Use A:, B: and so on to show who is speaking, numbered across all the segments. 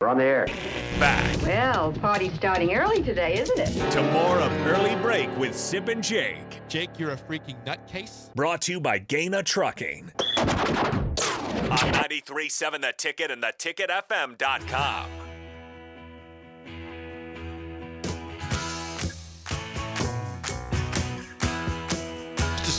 A: We're on the air.
B: Back
C: Well, party's starting early today, isn't it?
B: to more of Early Break with Sip and Jake.
D: Jake, you're a freaking nutcase.
B: Brought to you by Gaina Trucking. On 93.7 The Ticket and theticketfm.com.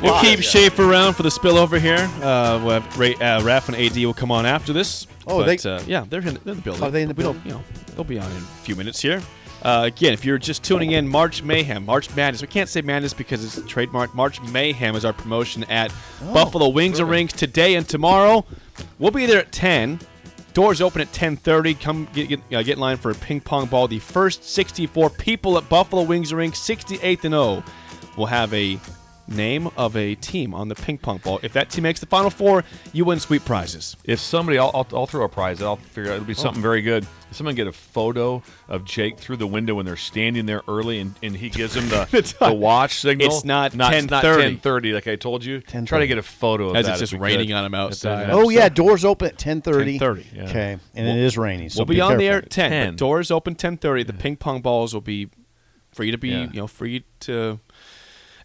E: We'll keep Schaefer around for the spillover here. Uh, we'll have Ray, uh, Raph and AD will come on after this.
F: Oh,
E: But,
F: they-
E: uh, yeah, they're in, they're in the building.
F: Are they in the
E: We don't- You know, they'll be on in a few minutes here. Uh, again, if you're just tuning in, March Mayhem, March Madness. We can't say Madness because it's trademark. March Mayhem is our promotion at
F: Oh,
E: Buffalo Wings and Rings today and tomorrow. We'll be there at 10. Doors open at 10:30. Come get, get, uh, get in line for a ping pong ball. The first 64 people at Buffalo Wings and Rings, 68th and 0, will have a name of a team on the ping pong ball. If that team makes the final four, you win sweet prizes.
G: If somebody, I'll, I'll, I'll throw a prize. I'll figure out
E: Oh.
G: it'll be something very good. If someone get a photo of Jake through the window when they're standing there early, and, and he gives them the,
E: It's
G: the
E: not-
G: watch signal.
E: it's not
G: It's not
E: 10:30.
G: ten thirty, like I told you.
F: 10:30.
G: Try to get a photo of
E: As
G: that
E: it's
G: if
E: just
G: we
E: raining
G: could.
E: on 'em outside.
G: If-
F: Oh yeah, doors open at ten thirty.
E: 10:30, yeah.
F: Okay, and it is raining. So
E: we'll be, on
F: careful.
E: the air at 10.
G: 10.
E: But doors open 10:30. The ping pong balls will be free to be,
G: Yeah.
E: you know, free to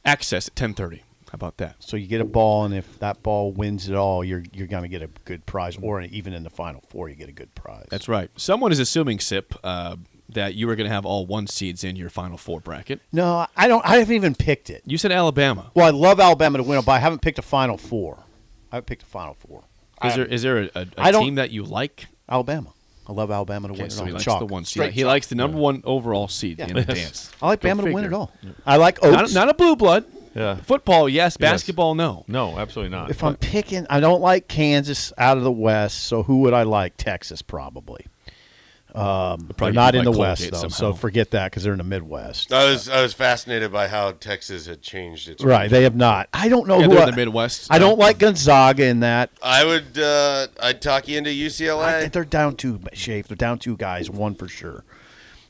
E: access at 10:30. How about that?
F: So you get a ball, and if that ball wins at all, you're you're gonna get a good prize, or even in the final four, you get a good prize.
E: That's right. Someone is assuming sip uh, that you were going to have all one seeds in your final four bracket.
F: no, I don't. I haven't even picked it.
E: You said Alabama.
F: Well, I love Alabama to win, but I haven't picked a final four. I haven't picked a final four.
E: Is there is there a, a,
F: I
E: a
F: don't-
E: team that you like?
F: Alabama. I love Alabama to win it
E: so
F: all.
E: he likes
F: Chalk.
E: the one seed.
F: Straight
E: He
F: chalk.
E: likes the number one overall seed
F: Yeah.
E: in the dance.
F: I like
E: Go
F: Bama to win
E: figure.
F: it all. I like Oaks.
E: Not, a- not a blue blood.
G: Yeah.
E: Football, yes. Basketball, no.
G: No, absolutely not.
F: if I'm picking, I don't like Kansas out of the West. So who would I like? Texas probably. They're
E: Probably
F: not
E: beat
F: in
E: by
F: the West
E: Colgate
F: though, so
E: somehow.
F: forget that because they're in the Midwest.
H: I was I was fascinated by how Texas had changed its
F: Right, they have not. I don't know
E: Yeah,
F: who
E: they're
F: I,
E: in the Midwest.
F: I don't like Gonzaga in that.
H: I would uh, I'd talk you into
F: I
H: UCLA.
F: think they're down two, Shafe. They're down two guys, one for sure.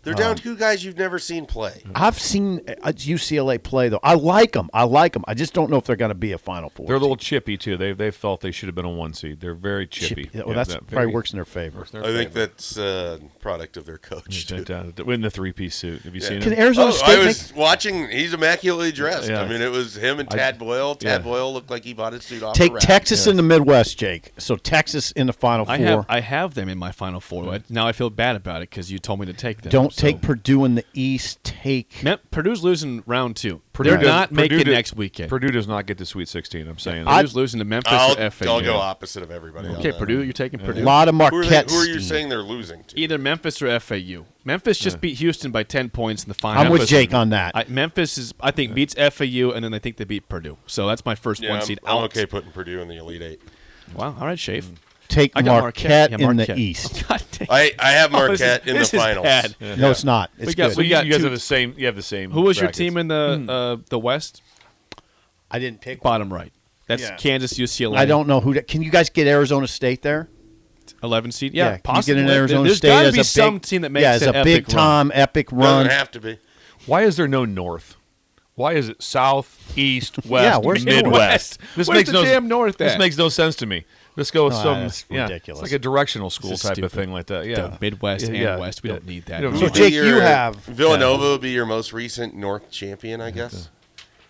H: They're down two guys you've never seen play.
F: I've seen uh, UCLA play though. I like them. I like them. I just don't know if they're going to be a Final 4
G: they're a little chippy too. They they felt they should have been a one seed. They're very chippy.
F: Chippy. Well,
G: Yeah,
F: that's
G: that
F: probably
G: very-
F: works in their favor.
H: I think that's uh, product of their coach.
G: Mm-hmm.
H: too.
G: in the three piece suit. Have you seen
F: Can
G: him?
F: Arizona
H: Oh,
F: State
H: I was watching. He's immaculately dressed.
G: Yeah.
H: I mean, it was him and Tad Boyle. Tad
G: yeah.
H: Boyle looked like he bought his suit
F: make,
H: off. a
F: take
H: rack.
F: Texas in the Midwest, Jake? So Texas in the Final Four.
E: I have I have them in my final four. I- Now I feel bad about it because you told me to take them.
F: don't
E: so-
F: take Purdue in the East. Take
E: Man, Purdue's losing round two.
G: Purdue
E: They're
G: does-
E: not
G: Purdue
E: making
G: does-
E: next weekend.
G: Purdue does not get to Sweet Sixteen. I'm saying.
E: Purdue's losing to Memphis
H: I'll,
E: or FAU.
H: I'll go opposite of everybody. on
E: Okay,
H: that.
E: Purdue, you're taking
F: a
E: Purdue.
F: lot of
H: Who are, they,
F: Marquette.
H: who are you
F: steam.
H: saying they're losing to?
E: Either Memphis or FAU. Memphis just beat Houston by ten points in the final.
F: I'm with
E: Memphis-
F: Jake on that.
E: I, Memphis is, I think, beats FAU, and then I think they beat Purdue. So that's my first
H: Yeah,
E: one
H: I'm,
E: seed
H: I'm
E: out.
H: okay putting Purdue in the Elite Eight.
E: Wow. All right, Shafe.
F: take
E: I
F: Mm. Marquette,
E: got Yeah,
F: in the
E: Marquette.
F: East.
E: God dang.
H: I, I have
E: Oh, this is-
H: Marquette in the
E: this is
H: finals.
E: bad.
F: No, it's not. It's
E: got-
F: good.
E: we
G: you,
E: got
G: you guys
E: two-
G: have the same. You have the same.
E: Who was your
G: brackets.
E: team in the
F: Hmm.
E: uh, the West?
F: I didn't pick.
E: Bottom right. That's
F: Yeah.
E: Kansas, UCLA.
F: I don't know who. That, can you guys get Arizona State there?
E: Eleven seed.
F: Yeah,
E: Yeah,
F: can you
E: possibly.
F: get an
E: There-
F: Arizona
E: There's
F: State
E: got to
F: as
E: be
F: a big-
E: some team that makes
F: yeah, it's
E: an
F: a
E: epic
F: big time epic run.
H: Doesn't have to be.
G: Why is there no North? Why is it South, East, West,
F: Yeah, where's the
G: Midwest?
E: North? Where's the damn North
G: This
E: at? Oh,
G: makes no sense to me. Let's go with
F: No,
G: some
F: that's
G: yeah,
F: ridiculous.
G: It's like a directional school
E: This is
G: type
E: stupid.
G: of thing like that.
E: Run.
G: Yeah,
E: The Midwest and
G: Yeah,
E: West. We
G: yeah.
E: don't need
G: You
E: that.
G: don't
H: Would
G: So,
H: be
F: Jake,
H: your-
F: you have-
H: Villanova would be your most recent North champion, I guess.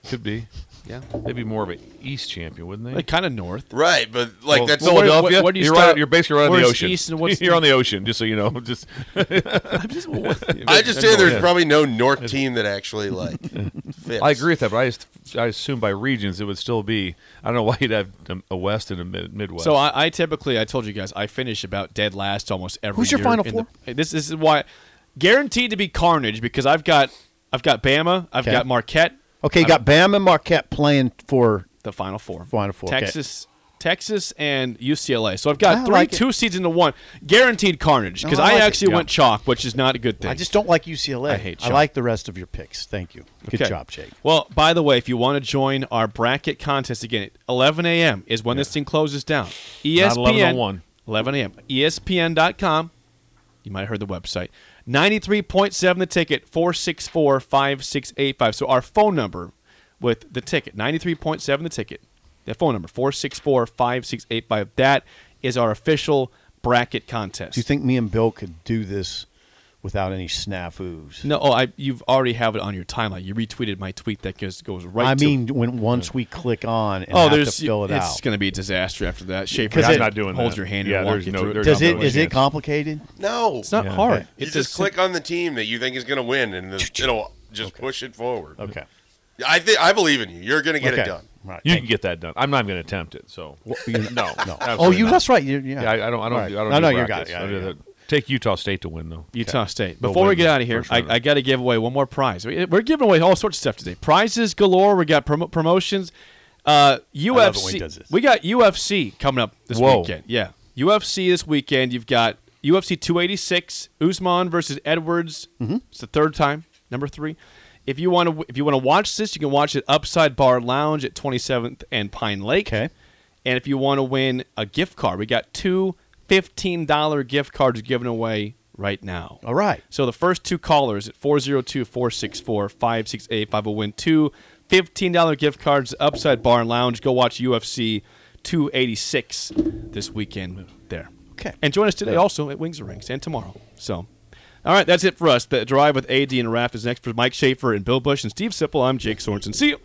G: could be.
E: Yeah.
G: They'd be more of an East champion, wouldn't they?
E: Like kind of north.
H: Right, but like
G: Well,
H: that's
E: well, where-
G: Philadelphia.
E: where do you
G: are
E: start?
G: Right, you're basically right on the
E: Where's
G: ocean.
E: East and what's-
G: you're on the ocean, just so you know. Just
H: I just say there's
G: Yeah.
H: probably no North team that actually like fits.
G: I agree with that, but I just I assume by regions it would still be. I don't know why you'd have a West and a mid- Midwest.
E: So I, I typically, I told you guys, I finish about dead last almost every.
F: Who's your
E: year
F: Final
E: in the- this, this is why, guaranteed to be carnage because I've got, I've got Bama, I've
F: Okay.
E: got Marquette,
F: Okay, you got Bam and Marquette playing for.
E: the Final Four,
F: Final Four, okay.
E: Texas, Texas, and UCLA. So I've got
F: I
E: three
F: like it.
E: two seeds into one, guaranteed carnage because
F: No, I
E: I,
F: like it.
E: actually
G: Yeah.
E: went chalk, which is not a good thing.
F: I just don't like UCLA.
E: I hate
F: I
E: Sean.
F: like the rest of your picks. Thank you. Good
E: Okay.
F: job, Jake.
E: Well, by the way, if you want to join our bracket contest again, 11 a.m. is when this thing closes down.
F: oh
E: E ESPN.
G: 11:01.
E: 11 a.m. ESPN.com. You might have heard the website. 93.7 the ticket, 464 5685. So our phone number with the ticket, 93.7 the ticket, the phone number, 464 5685. That is our official bracket contest.
F: Do you think me and Bill could do this without any snafus?
E: No, oh, I you've already have it on your timeline. You retweeted my tweet that goes goes right.
F: I
E: to-
F: mean, when once we click on and
E: oh,
F: have
E: there's
F: to fill it
E: it's
F: out.
E: going to be a disaster after that. Schaefer,
F: 'Cause
E: just
F: it- I'm not
G: doing
E: Hold
G: that.
E: your hand
G: Yeah,
E: and walk
G: there's
E: you
G: no-
E: through
G: there's
E: it.
F: Does
G: not
F: it
G: really
F: is it
G: chance.
F: complicated?
H: No.
E: It's not
G: Yeah.
E: hard.
F: Okay.
H: You
E: It's
H: just
E: a
H: click on the team that you think is going to win, and the, it'll just push it forward.
F: Okay.
H: I think I believe in you. You're going to get it
F: okay.
H: done.
F: Right.
G: You can get that done. I'm not even going to attempt it. So no, no.
F: Oh, you. That's right. You,
G: Yeah, I, I don't. I don't.
F: Right.
G: Do, I don't.
F: No,
G: do
F: no, you got
G: brackets.
F: it. Yeah,
G: I do
F: yeah.
G: that. Take Utah State to win though.
E: Utah State.
G: They'll
E: Before we
G: win
E: get out of here,
G: first
E: I,
G: round.
E: I got to give away one more prize. We, we're giving away all sorts of stuff today. Prizes galore. We got promo promotions. Uh, UFC.
F: love it when he does this.
E: We got UFC coming up this
G: Whoa.
E: weekend. Yeah, UFC this weekend. You've got UFC 286, Usman versus Edwards.
F: Mm-hmm.
E: It's the third time, number three. If you want to, if you want to watch this, you can watch it Upside Bar Lounge at 27th and Pine Lake.
F: Okay.
E: And if you want to win a gift card, we got two $15 gift cards given away right now.
F: All right.
E: So the first two callers at 402 464 5685 will win two $15 gift cards to upside bar and lounge. Go watch UFC 286 this weekend there.
F: Okay.
E: And join us today also at Wings and Rings and tomorrow. So, all right, that's it for us. The drive with AD and Raph is next for Mike Schaefer and Bill Bush and Steve Sipple. I'm Jake Sorensen. See you.